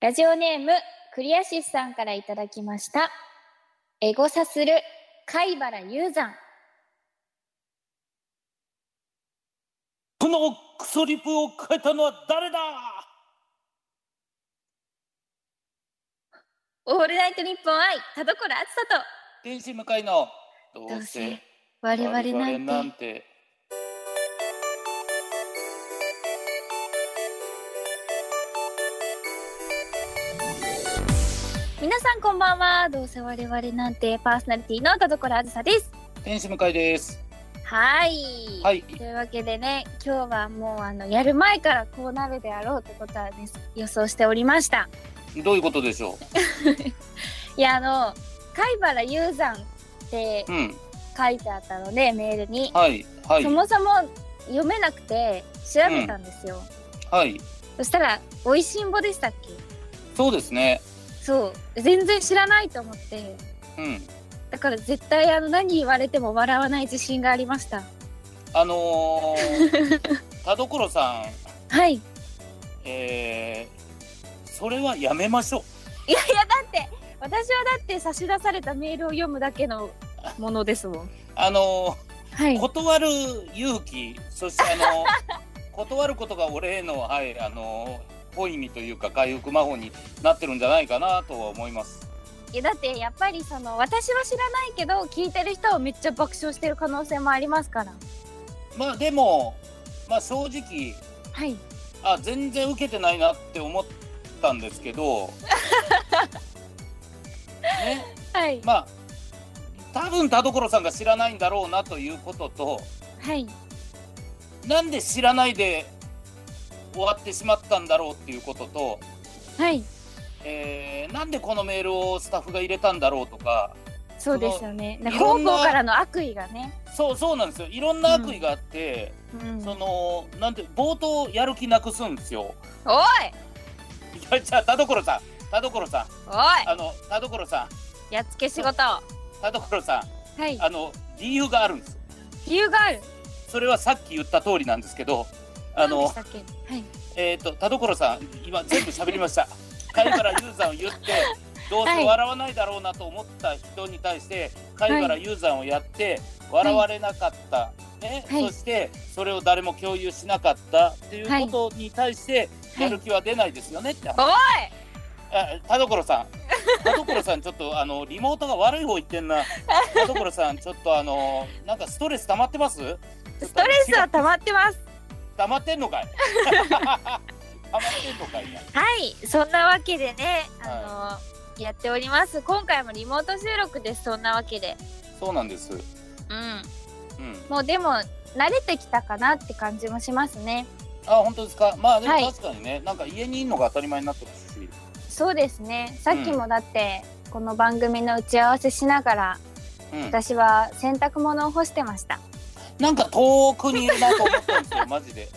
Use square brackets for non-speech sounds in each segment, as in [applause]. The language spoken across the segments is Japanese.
ラジオネームクリアシスさんからいただきましたエゴサする貝原雄山このクソリプを変えたのは誰だオールナイトニッポン愛田所あつさ天使向かいのどとうせ我々なんてて皆さんこんばんはどうせ我々なんてパーソナリティの田所あずさです天使向かいですはいはいというわけでね今日はもうあのやる前からこうなるであろうってことはね予想しておりましたどういうことでしょいやあの貝原雄山ってううん書いてあったのでメールに、はいはいそもそも読めなくて調べたんですよ、はいそしたら「おいしんぼ」でしたっけそうですねそう全然知らないと思ってうんだから絶対あの何言われても笑わない自信がありましたあの [laughs] ー、田所さはいんえー、それはやめましょういやいやだって私はだって差し出されたメールを読むだけのものですもん。あのはいー、断る勇気そしてあの [laughs] ー、断ることが俺へのはいあのー、本意味というか回復魔法になってるんじゃないかなとは思いますいやだってやっぱりその私は知らないけど聞いてる人はめっちゃ爆笑してる可能性もありますから。まあでも、まあ、正直はい。あ全然受けてないなって思ったんですけどねはい。まあ多分田所さんが知らないんだろうなということとはい。なんで知らないで終わってしまったんだろうっていうことと、はい。えーなんでこのメールをスタッフが入れたんだろうとかそうですよね。のなんかいろ高んな校からの悪意がね。そうそうなんですよいろんな悪意があって、うん。そおい。のなんて冒頭やる気なくすんですよ。 [laughs] いやじゃあ田所さん田所さんおあの田所さんい。やっつけ仕事。は田所さんい。あの理由があるんです理由がある。それはさっき言った通りなんですけどあ何でのしたっけ。はい。えっ、と田所さん今全部喋りました [laughs] 貝原雄山を言ってどうはせい笑わないだろうなと思った人に対して貝原雄山をやって笑われなかった、ねはいそしてそれを誰も共有しなかったっていうことに対してはいやる気は出ないですよねって、おいあ田所さん [laughs] 田所さんちょっとあのリモートが悪い方行ってんな田所さんちょっとあのなんかストレス溜まってますスストレスは溜まってます。溜まってん [laughs] のかい溜まってんのかいなはい。そんなわけでね。はいあの。やっております。今回もリモート収録です。そんなわけで。そうなんですうん。うんもうでも慣れてきたかなって感じもしますね。あ本当ですかまあでもはい確かにね、なんか家にいるのが当たり前になってますしそうですね。さっきもだって、この番組の打ち合わせしながらうん私は洗濯物を干してました。なんか遠くにいるなと思ったんですよマジで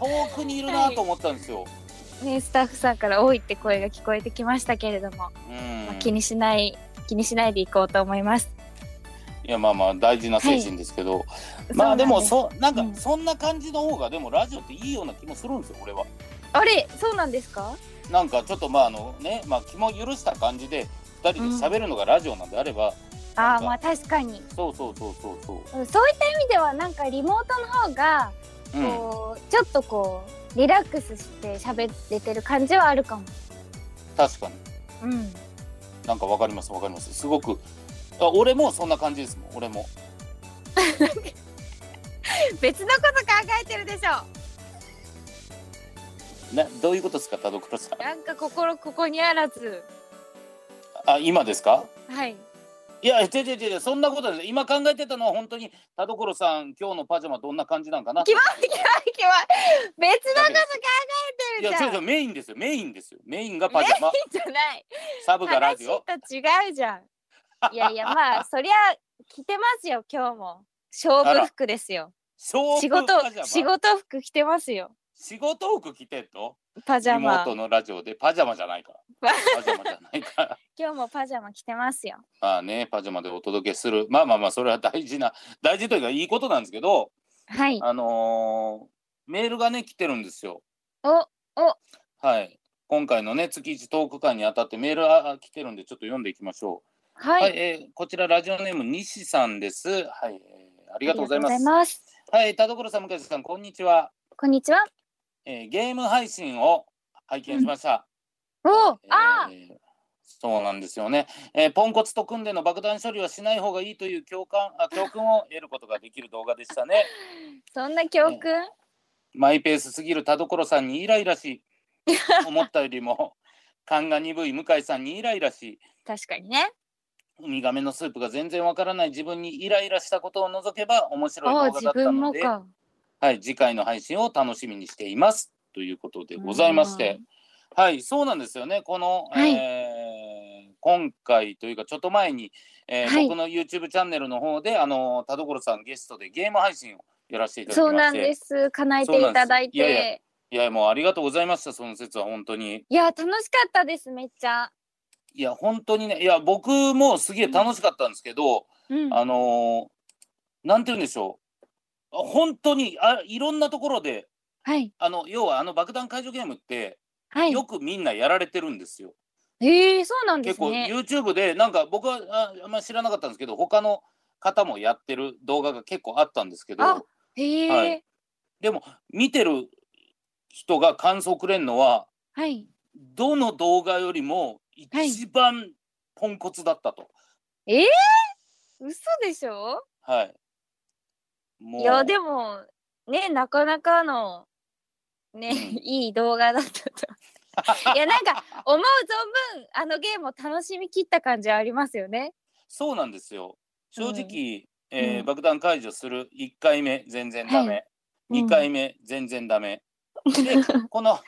遠くにいるなと思ったんですよ、ねスタッフさんから多いって声が聞こえてきましたけれども、まあうん気にしない気にしないでいこうと思います。いやまあまあ大事な精神ですけど、まあでもうそなんうんかそんな感じの方がでもラジオっていいような気もするんですよ俺はなんですあれそうなんですか？なんかちょっとまああのねまあ気も許した感じで2人で喋るのがラジオなんであれば、あなあんかまあ確かに。そうそうそうそうそうそういった意味ではなんかリモートの方がうんこう、ちょっとこうリラックスして喋れてる感じはあるかも。確かにうん。なんかわかりますわかりますすごくあ俺もそんな感じですもん俺も別のこと考えてるでしょ。などういうことですか田所さんなんか心ここにあらず。あ今ですかはい。いや違う違う違うそんなことです今考えてたのは本当に田所さん今日のパジャマどんな感じなんかな決まり決まり決まり。別のこと考えいてるやじゃ。違うん違いうメインですよメインですよメインがパジャマいじゃない。サブがラジ話オと違う [laughs] じゃん。いやいやまあそりゃ着てますよ今日も。勝負服ですよ。勝負仕事パジャマ仕事服着てますよ。仕事服着てんのパジャマ妹。のラジオでパジャマじゃないから [laughs] パパジャマじゃないから今日もパジャマ着てますよ。まあね、パジャマでお届けする。まあまあまあ、それは大事な、大事というかいいことなんですけど、はい。あのーメールがね、来てるんですよ。おはい。今回のね月一トーク会にあたってメールが来てるんでちょっと読んでいきましょう。はい、はい、えーこちらラジオネーム西さんです。はい、えーありがとうございまありす。ますはい、田所さん向井さんこんにちは、こんにちは。えーゲーム配信を拝見しました。おお、えーあそうなんですよね、えーポンコツと組んでの爆弾処理はしない方がいいという共感あ教訓を得ることができる動画でしたね。そんな教訓、マイペースすぎる田所さんにイライラし思ったよりも勘が鈍い向井さんにイライラし確かにね。ウミガメのスープが全然わからない自分にイライラしたことを除けば面白いああ、動画だ自った分のもで、か。はい、次回の配信を楽しみにしていますということでございまして、はい、そうなんですよね。この、はいえー今回というかちょっと前に、えーはい僕の YouTube チャンネルの方であの田所さんゲストでゲーム配信をやらせていただきまそして、うなんです。叶えていただいて。いそうやなんでいやもうありがとうございました。その説は本当に楽しかったです。めっちゃ。いや本当にねいや僕もすげえ楽しかったんですけど、うん。あのーなんて言うんでしょう。あ本当にあいろんなところではい。あの要はあの爆弾解除ゲームってはい。よくみんなやられてるんですよ。ええそうなんで結す構ね。 YouTube でなんか僕はああんまり知らなかったんですけど他の方もやってる動画が結構あったんですけあどへえははいい。でも見てる人が感想くれるのはどの動画よりも一番ポンコツだったと。嘘でしょはい、もういや、でも、ね、なかなかの、ね、うんいい動画だった [laughs] と。いや、なんか、思う存分、あのゲームを楽しみきった感じはありますよね。そうなんですよ正直、えーうん爆弾解除する1回目全然ダメ、はいうん2回目全然ダメ、 [laughs] でこの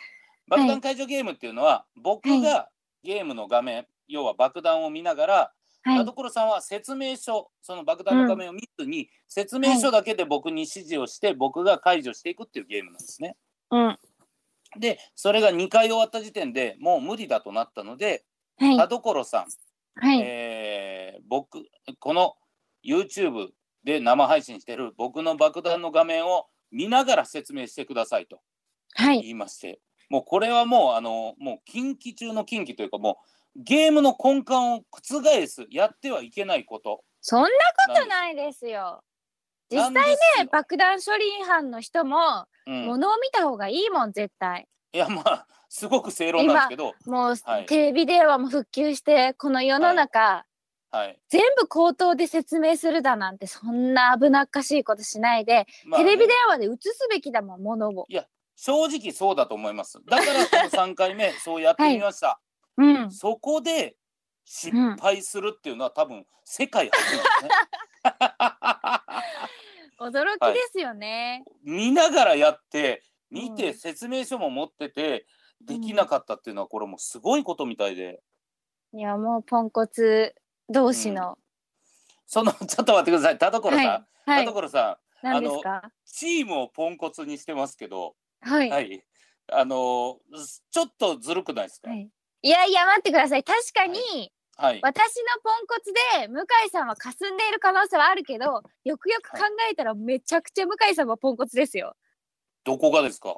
爆弾解除ゲームっていうのは、僕がゲームの画面要は爆弾を見ながら、はい田。所さんは説明書その爆弾の画面を見ずに、説明書だけで僕に指示をして僕が解除していくっていうゲームなんですね。うん。でそれが2回終わった時点でもう無理だとなったので、は田い。所さんはい。えー僕この YouTube で生配信してる僕の爆弾の画面を見ながら説明してくださいとはい。言いましてもうこれはもうあのもう近畿中の近畿というかもうゲームの根幹を覆すやってはいけないことそんなことなんですないですよ。実な際んねですよ爆弾処理違反の人も、うん、物を見た方がいいもん絶対いやまあすごく正論なんですけど、もう、はいテレビ電話も復旧してこの世の中、はい全部口頭で説明するだなんてそんな危なっかしいことしないで、まあねテレビ電話で映すべきだもん物を正直そうだと思いますだからこの3回目そうやってみました、うんそこで失敗するっていうのは多分世界初なんですね。驚きですよね、見ながらやって見うてん説明書も持っててできなかったっていうのはこれもうすごいことみたいでい、やもうポンコツ同士の、その [laughs] ちょっと待ってください田所さん、はいはい田所さ何ですかんチームをポンコツにしてますけど、はい、はいあのーすちょっとずるくないですか、ははいい、いやいや待ってください確かに、私のポンコツで向井さんは霞んでいる可能性はあるけどよくよく考えたらめちゃくちゃ向井さんはポンコツですよ。 [laughs] どこがですか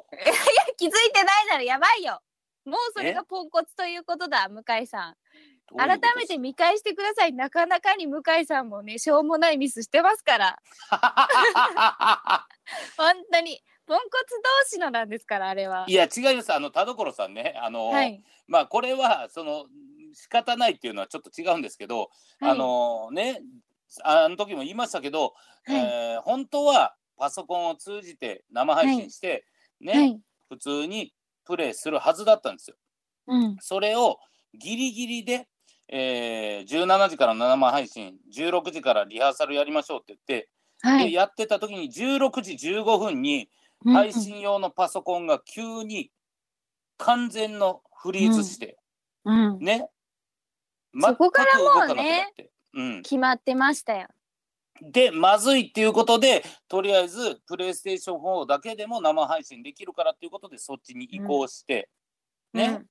気づいてないならやばいよもうそれがポンコツということだ向井さんどういう改ことめです。て見返してくださいなかなかに向井さんもねしょうもないミスしてますから本当にポンコツ同士のなんですからあれはいや [laughs] 違いますあの田所さんねあのーはい、まあこれはその仕方ないっていうのはちょっと違うんですけど、はいあのねあの時も言いましたけど、はいえー本当はパソコンを通じて生配信して、ね、はい普通にプレイするはずだったんですよ。うんそれをギリギリで、えー17時からの生配信16時からリハーサルやりましょうって言って、はでいやってた時に16時15分にうん配信用のパソコンが急に完全のフリーズして。うんね。そこからもうね全く動かなくなって。うん、決まってましたよ。でまずいっていうことでとりあえずプレイステーション4だけでも生配信できるからっていうことでそっちに移行して、ね、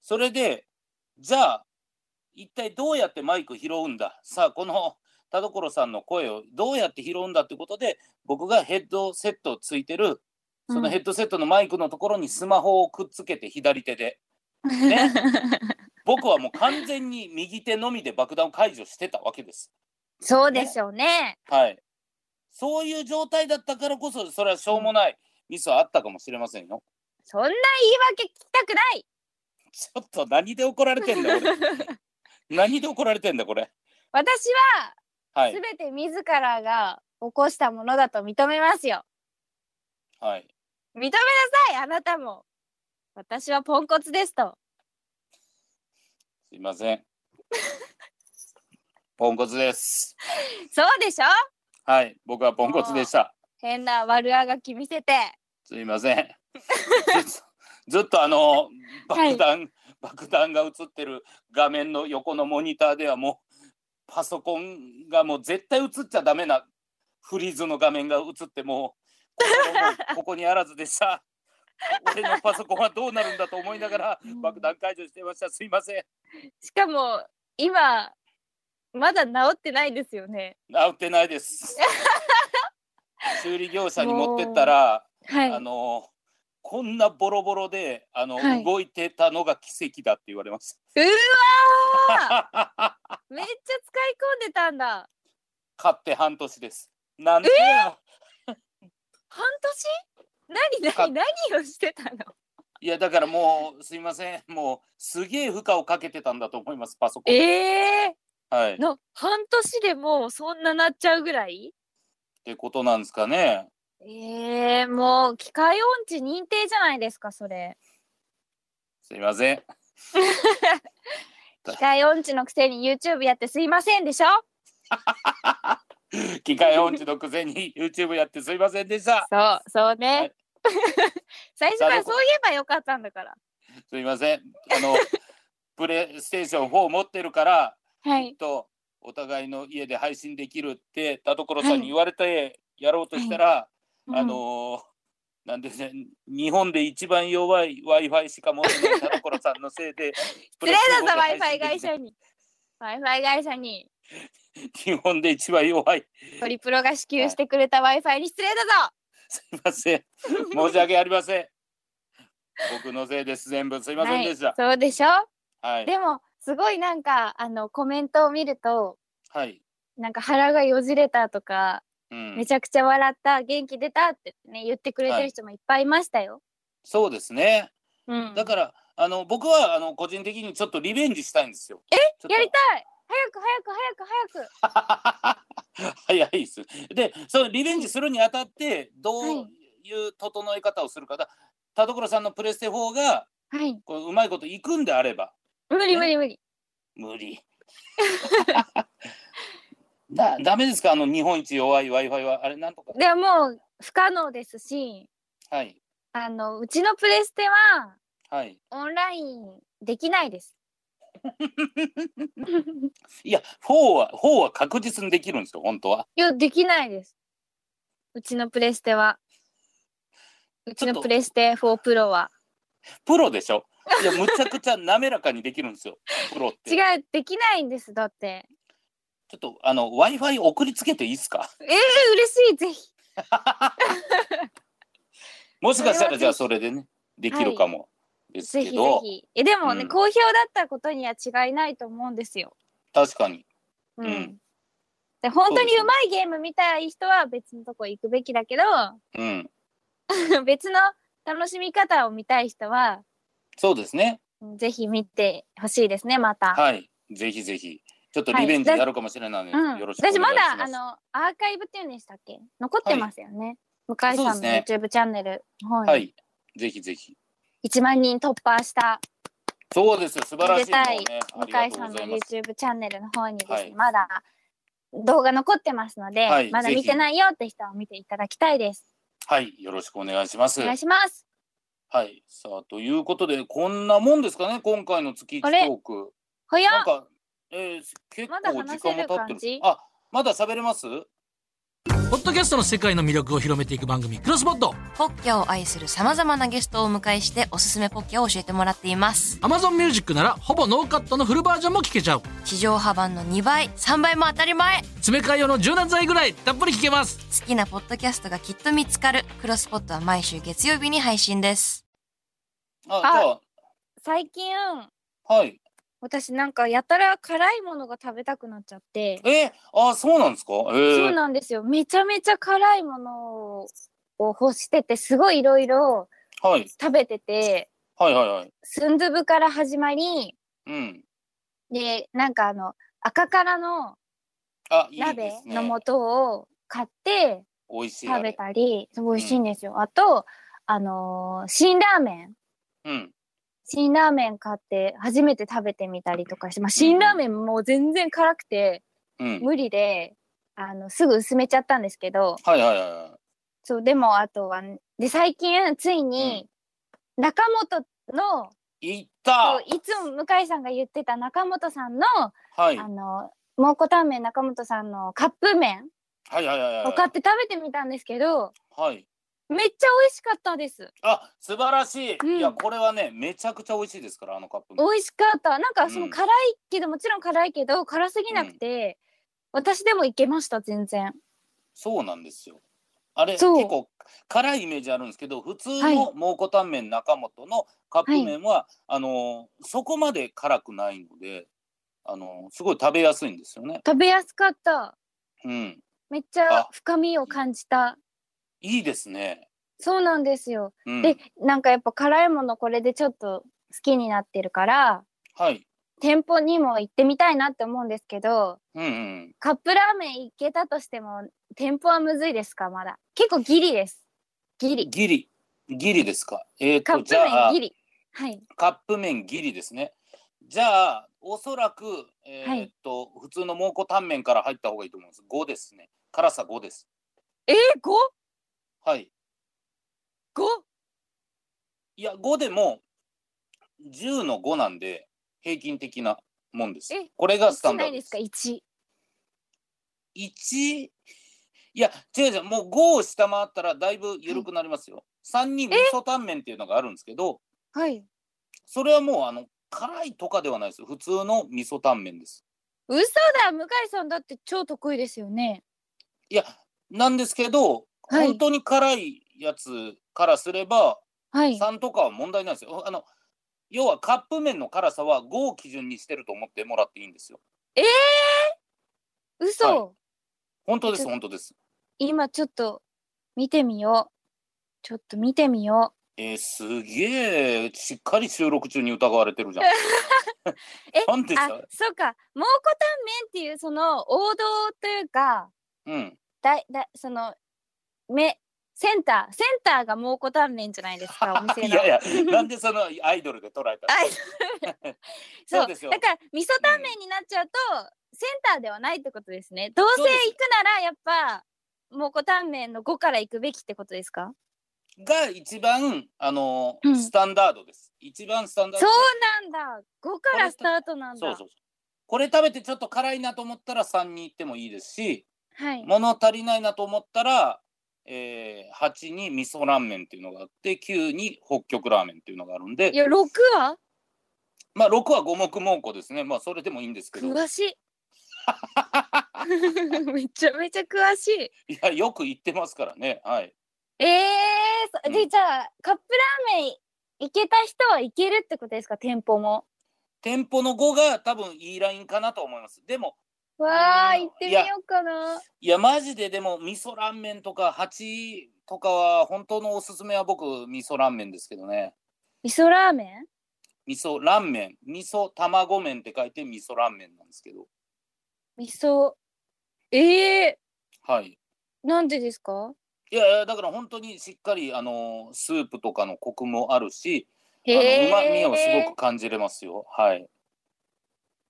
それでじゃあ一体どうやってマイク拾うんださあこの田所さんの声をどうやって拾うんだってことで僕がヘッドセットついてるうんそのヘッドセットのマイクのところにスマホをくっつけて左手でね僕はもう完全に右手のみで爆弾を解除してたわけです。 [laughs] そうでしょうね。はい。そういう状態だったからこそ、それはしょうもないミスはあったかもしれませんよ。そんな言い訳聞きたくない。ちょっと何で怒られてんだ、 [laughs] 俺。 [laughs] 何で怒られてんだ、これ。私ははすい。べて自らが起こしたものだと認めますよ。はい。認めなさい、あなたも。私はポンコツですと。すいません。ポンコツです。そうでしょはい。僕はポンコツでした。変な悪あがき見せて。すいませ [laughs] ん。ずっとずっとあのはい爆弾、爆弾が映ってる画面の横のモニターではもうパソコンがもう絶対映っちゃダメなフリーズの画面が映ってもう心もここにあらずでした。俺のパソコンはどうなるんだと思いながらうん爆弾解除してました。すいません。しかも今まだ治ってないですよね。直ってな [laughs] いです。修理業者に持ってったらはい。あのこんなボロボロであの、はい動いてたのが奇跡だって言われましうわ [laughs] た。ー [laughs] めっちゃ使い込んでたんだ。買って半年です。なんで、半年何何何をしてたのいやだからもうすいませんもうすげえ負荷をかけてたんだと思いますパソコン。ええはい。っー、の半年でもうそんななっちゃうぐらいてことなんですかね。ええー、もう機械音痴認定じゃないですかそれ。すいません。機械音痴のくせに YouTube やってすいませんでしょ機械音痴のくせに YouTube やってすいませんでした。そうそうはねい。 [laughs] 最初からさそあう言えばよかったんだから。すいません。[laughs] あのプレイステーション4持ってるからはきいっ。とお互いの家で配信できるって田所さんはにい言われてやろうとしたら、あのーなんでね、日本で一番弱い w i f i しか持ってない田所さんのせ [laughs] いで失礼だぞプ w レ i ス f テ i ーシ会社 [laughs] ョンでに w i f i 会社に日本で一番弱いトリプロが支給してくれた w i f i に失礼だぞすいません申し訳あり [laughs] ません僕のせいです全部すいませんでしたそうでしょはいはい、でもすごいなんかあのコメントを見るとなんか腹がよじれたとか、うんめ、ちゃくちゃ笑った元気出たってね言ってくれてる人もいっぱいいましたよ、そうですねうんだからあの僕はあの個人的にちょっとリベンジしたいんですよえやりたい早く早く早く早く [laughs] 早いです。で、そのリベンジするにあたって、どうはいいう整え方をするかだ。田所さんのプレステ4が、はいこううまいこといくんであれば、無理無理無理無理。 [laughs] だ、ダメですか、あの日本一弱い Wi-Fi は、あれなんとか。ではもう不可能ですしはい。あのうちのプレステははい。オンラインできないですいや、4は、4は確実にできるんですよ、本当は。いや、できないです。うちのプレステは。うちちょのっとプレステ4プロは。プロでしょ。いや、むちゃくちゃ滑らかにできるんですよ。プロっ [laughs] て。違う、できないんです、だって。ちょっと、あの、Wi-Fi 送りつけていいですか。ええ嬉しい、ぜひ。もしかしたらじゃあそれでねできるかもですぜけひぜど、ひ。え、でもね、うん好評だったことには違いないと思うんですよ。確かにうん。うんで本当にそうですねうまいゲーム見たい人は別のとこ行くべきだけど [laughs] うん別の楽しみ方を見たい人はそうですねうんぜひ見てほしいですねまた。はいぜひぜひちょっとリベンジはいやるかもしれないので、うん、よろしくお私願いしまますだあのアーカイブっていうんでしたっけ残ってますよね、向井さそうんので YouTube チャンネル、はいはいぜひぜひ1万人突破したそうですよ素晴ら出しいもたいんねあ向りが井とうさごんざのいます YouTube チャンネルの方にですね、はいまだ動画残ってますので、はいまだ見てないよって人は見ていただきたいですはいよろしくお願いしますお願いしますはいさあということでこんなもんですかね今回の月一トあれークほよなんか、えー、結まだ構時話間せもる経ってる感じあまだ喋れますポッドキャストの世界の魅力を広めていく番組、クロスポッド。ポッキャを愛する様々なゲストをお迎えしておすすめポッキャを教えてもらっています。 Amazon Music なら、ほぼノーカットのフルバージョンも聞けちゃう。地上波版の2倍、3倍も当たり前。詰め替え用の柔軟剤ぐらい、たっぷり聞けます。好きなポッドキャストがきっと見つかる。クロスポットは毎週月曜日に配信です。あじゃあ最近はい。私なんかやたら辛いものが食べたくなっちゃって、え、あ、そうなんですか。えそうー、なんですよめちゃめちゃ辛いものを欲しててすごいいろいろはい。食べててはいはいはい。スンドゥブから始まりうん。でなんかあの赤からのあ、いい鍋ですね。の素を買って美味しい。食べ。たりすごい美味しいんですよ、あとあのー辛ラーメンうん。辛ラーメン買って初めて食べてみたりとかして、まあ、辛ラーメンもう全然辛くてうん。無理であのすぐ薄めちゃったんですけどはいはいはいはい。そうでもあとはで最近ついに中本の、いっそたう。いつも向井さんが言ってた中本さんの、はい。あはいの蒙古タンメン中本さんのカップ麺はいはいはいを買はって食べてみたんですけどい。はい。めっちゃ美味しかったですあ、素晴らしい。うんいや、これはね、めちゃくちゃ美味しいですから、あのカップ麺。美味しかったなんかそうのん辛いけど、もちろん辛いけど辛すぎなくて、私でもいけました全然そうなんですよ。あれ、結そう構辛いイメージあるんですけど、普通はいの蒙古タンメン中本のカップ麺は、あのーそこまで辛くないので、あのーすごい食べやすいんですよね。食べやすかったうん、めっちゃあ深みを感じたいいですね。そうなんですよ、うん、でなんかやっぱ辛いものこれでちょっと好きになってるからはい。店舗にも行ってみたいなって思うんですけどうんうん。カップラーメン行けたとしても店舗はむずいですかまだ結構ギリですギリギリギリですか。えっ、カとップじゃ麺あギリはいカップ麺ギリですね。じゃあおそらくえはいっと、普通の蒙古タンメンから入った方がいいと思うんです。5ですね。辛さ5です。えー、5?5? はい。いや5でも10の5なんで平均的なもんですえ。これがスタ少ンダなーいドでですすか。1 1? いや違う違うもう5を下回ったらだいぶ緩くなりますよ。3に味噌タンメンっていうのがあるんですけどはいそれはもうあの辛いとかではないです普通の味噌タンメンです。嘘だ向井さんだって超得意ですよねいやなんですけど、はい本当に辛いやつからすればはい3とかは問題ないですよ。あの要はカップ麺の辛さは5を基準にしてると思ってもらっていいんですよ。嘘、本当です本当です。今ちょっと見てみようちょっと見てみよえー、すげえしっかり収録中に疑われてるじゃん。 [laughs] え [laughs] なんでうしあたそうか蒙古タンメンっていうその王道というかうん。だいだそのめセンターセンターが蒙古タンメンじゃないです [laughs] かお店いのやいやなんでそのアイドルで捉えたあのそう [laughs] そうですよだから味噌タンメンになっちゃうと、センターではないってことですねどうせそ行くうですならやっぱ蒙古タンメンの5から行くべきってことですかが一番あのうんスタンダードです。一番スタンダーそドで。うなんだ5からスタートなんだそうそうそう。これ食べてちょっと辛いなと思ったら3に行ってもいいですし、はい物足りないなと思ったら、えー、8に味噌ラーメンっていうのがあって9に北極ラーメンっていうのがあるんいでや6はまあ6は五目猛虎ですねまあそれでもいいんですけど詳しい [laughs] めちゃめちゃ詳しい [laughs] いやよく言ってますからねはいえー、そで、うんじゃあカップラーメン行けた人は行けるってことですか店舗も店舗の5が多分いいラインかなと思いますでもわあうん行ってみようかないやマジででも味噌ラーメンとか8とかは本当のおすすめは僕味噌ラーメンですけどね味噌ラーメン味噌ラーメン味噌卵麺って書いて味噌ラーメンなんですけど味噌ええはいー、なんでですかいやいやだから本当にしっかりあのスープとかのコクもあるし、へうまみをすえごく感じれますよ。はい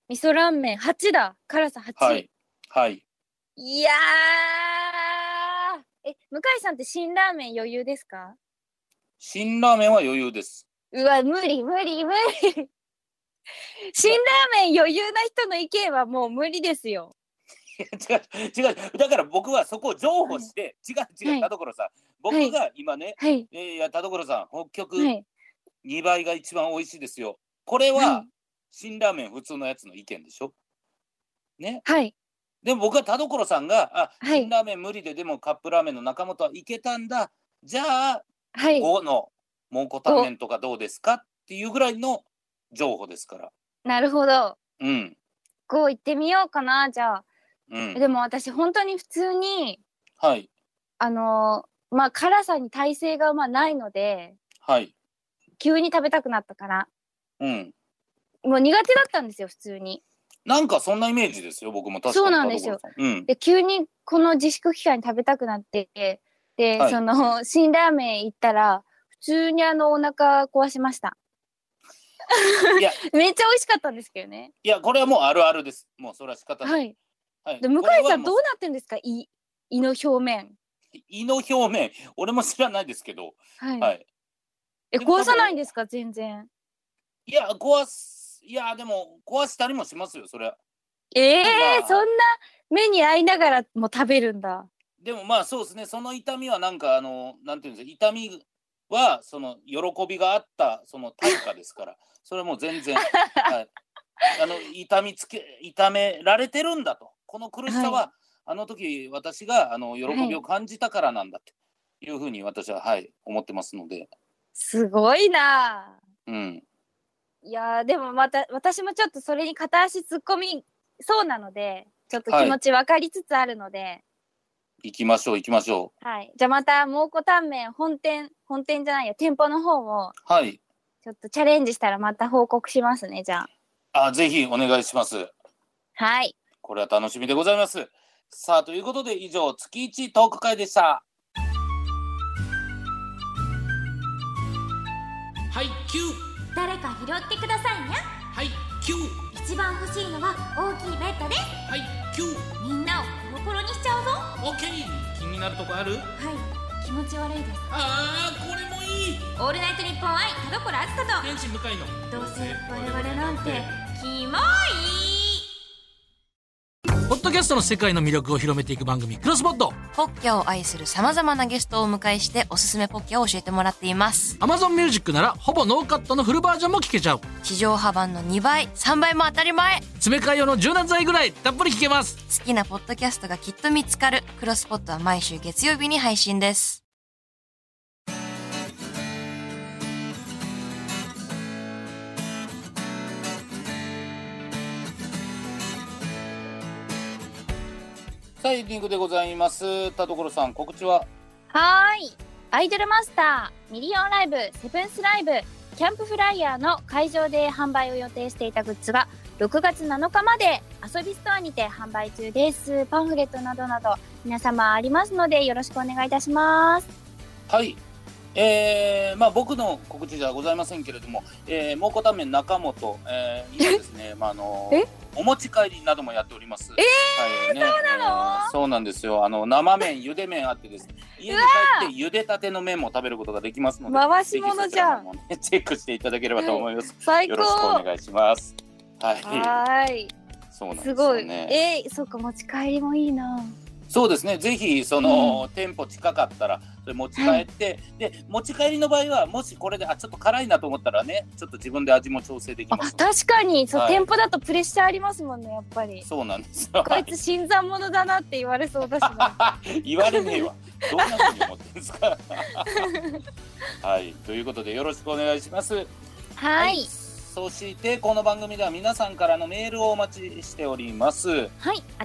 味噌ラーメン8だ辛さ8、はいはい。いやーえ向井さんって辛ラーメン余裕ですか辛ラーメンは余裕です。 [laughs] うわ無理無理 [laughs] 無理辛ラーメン余裕な人の意見はもう無理ですよいや違う違うだから僕はそこを譲歩して、違うは違いう田所さん僕が今ね、はいえーいや田所さん北極はい2倍が一番美味しいですよ。これははい辛ラーメン普通のやつの意見でしょ。ねはいでも僕は田所さんがあはい辛ラーメン無理ででもカップラーメンの中本はいけたんだじゃあはい5の蒙古タンメンとかどうですかっていうぐらいの情報ですから。なるほど。うん。こう行ってみようかな、じゃあ。うん。でも私、本当に普通に、はい。あのーまあ、辛さに耐性がまあないので、はい。急に食べたくなったから。うん。もう苦手だったんですよ、普通に。なんかそんなイメージですよ、僕も確かに。そうなんですよ田所さん。うん。で、急にこの自粛期間に食べたくなって、で、はいその、辛ラーメン行ったら、普通にあの、お腹壊しました。いや [laughs] めっちゃ美味しかったんですけどね。いや、これはもうあるあるです。もうそれは仕方ない。はい。はいで向井さんどうこなってんですか胃胃の表面れはもう胃の表面、俺も知らないですけど、はい、はい。えでも壊さないんですか全然いや、壊す、いや、でも、壊したりもしますよ、それは。ええまあそんな目に遭いながらも食べるんだでもまあそうですね、その痛みはなんか、あの、なんていうんですか、痛みは、その、喜びがあった、その対価ですから、それはもう全然、はい。あの、痛みつけ、痛められてるんだと。この苦しさは、はあの時、私が、あの、喜びを感じたからなんだっていうふうに、私は、はい、思ってますので、すごいなあうん。いやーでもまた私もちょっとそれに片足突っ込みそうなのでちょっとはい気持ち分かりつつあるので、行きましょう、行きましょはいじゃあまた蒙古タンメン本店本店じゃないや店舗の方もう。はい。ちょっとチャレンジしたらまた報告しますねじゃああ、ぜひお願いします。はいこれは楽しみでございます。さあ、ということで以上、月一トーク会でした。配給誰か拾ってくださいにゃ配給一番欲しいのは大きいベッドです配給みんなをコロコロにしちゃうぞはオッケー気になるとこあるい気持ち悪いですあーこれもいいオールナイトニッポン愛田所あずさ天使向かいのとどうせ我々なんてキモいポッドキャストの世界の魅力を広めていく番組クロスボットポッキャを愛する様々なゲストをお迎えしておすすめポッキャを教えてもらっています。 Amazon Music ならほぼノーカットのフルバージョンも聞けちゃう地上波版の2倍、3倍も当たり前詰め替え用の柔軟剤ぐらいたっぷり聞けます好きなポッドキャストがきっと見つかる。クロスポットは毎週月曜日に配信です。さあ、エンディングでございます。田所さん、告知ははーい。アイドルマスター、ミリオンライブ、セブンスライブ、キャンプフライヤーの会場で販売を予定していたグッズが、6月7日まで遊びストアにて販売中です。パンフレットなどなど、皆様ありますので、よろしくお願いいたします。はい。えー、まあ僕の告知ではございませんけれども、えー、蒙古タンメン中本、えー、今ですね、まああのえお持ち帰りなどもやっております。えー、そうなの、そうなんですよ。あの生麺、茹で麺あってですね、家に帰って茹でたての麺も食べることができますので、回し物ぜひそちらの方もね、 [laughs] チェックしていただければと思います。最よろしくお願いします。ははーい。い、そうなんですすよごね。い。えー、そっか、持ち帰りもいいな。そうですね。ぜひその、店舗近かったらそれ持ち帰って、で持ち帰りの場合はもしこれであちょっと辛いなと思ったらね、ちょっと自分で味も調整できあます、。確かに、そう、はい店舗だとプレッシャーありますもんね、やっぱり。そうなんですよ。こいつ、新参者だなって言われそうだし [laughs] な。はい言われねえわ。どんな風に思ってんですか。 [laughs] はい。ということでよろしくお願いします。はい。そしてこの番組では皆さんからのメールをお待ちしております。はい、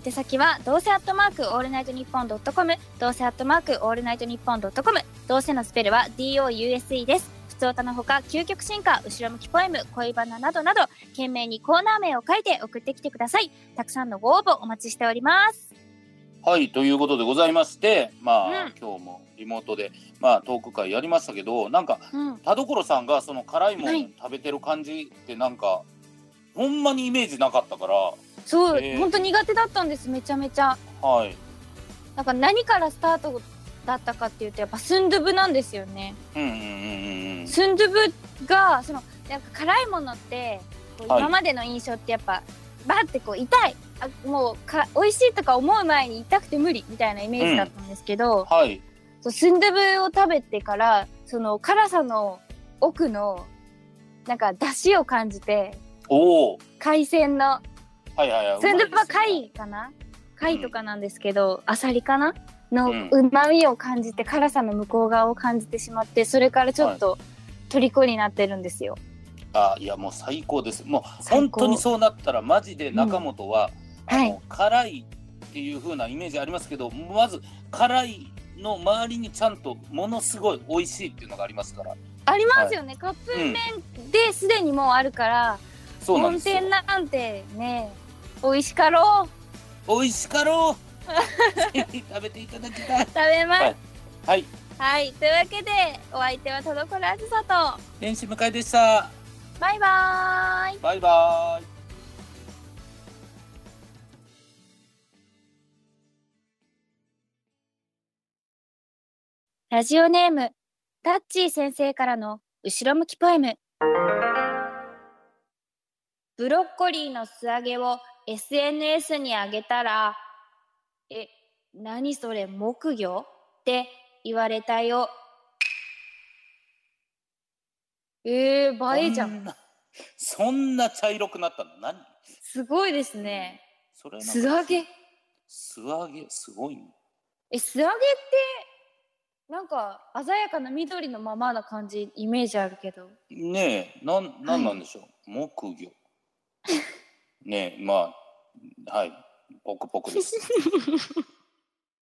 宛先はどうせアットマークオールナイトニッポンドットコム、どうせアットマークオールナイトニッポンドットコム、どうせのスペルは D. O. U. S. E. です。普通歌のほか、究極進化、後ろ向きポエム、恋バナなどなど、懸命にコーナー名を書いて送ってきてください。たくさんのご応募お待ちしております。はいということでございまして、まあ、うん今日もリモートでまあトーク会やりましたけど、なんかうん、田所さんがその辛いもはんい食べてる感じってなんか、ほんまにイメージなかったからそう、えー本当苦手だったんです。めちゃめちゃ、はいなんか何からスタートだったかっていうと、やっぱスンドゥブなんですよね。うんうんうんうんスンドゥブがそのなんか辛いものってこうはい今までの印象ってやっぱ、バーってこう痛いあもうか美味しいとか思う前に痛くて無理みたいなイメージだったんですけど、はいそうスンドゥブを食べてからその辛さの奥のなんか出汁を感じておお海鮮のはいはいはいスンドゥブは貝貝かな貝とかなんですけど、アサリかなのうんうまみを感じて辛さの向こう側を感じてしまってそれからちょっと虜になってるんですよ。あいやもう最高ですもう最高本当にそうなったらマジで中本は、うんあのはい辛いっていう風なイメージありますけどまず辛いの周りにちゃんとものすごい美味しいっていうのがありますからありますよね、カップう麺んですでにもうあるから、そうなん本ですよ店なんてね美味しかろう美味しかろうぜひ食べていただきたい食べますはいはいはい、というわけでお相手は田所あずさと電子迎えでしたバイバーイバイバイラジオネーム、タッチー先生からの後ろ向きポエム。ブロッコリーの素揚げを SNS に上げたら、え、何それ木魚って言われたよ。えー、映えじゃん。んそんな茶色くなったの何すごいですね。それなんか素揚げ。素揚げすごいねえ、素揚げって、なんか鮮やかな緑のままな感じ、イメージあるけど。ねえなんなんなんでしょう、木魚ねえまあはいポクポクです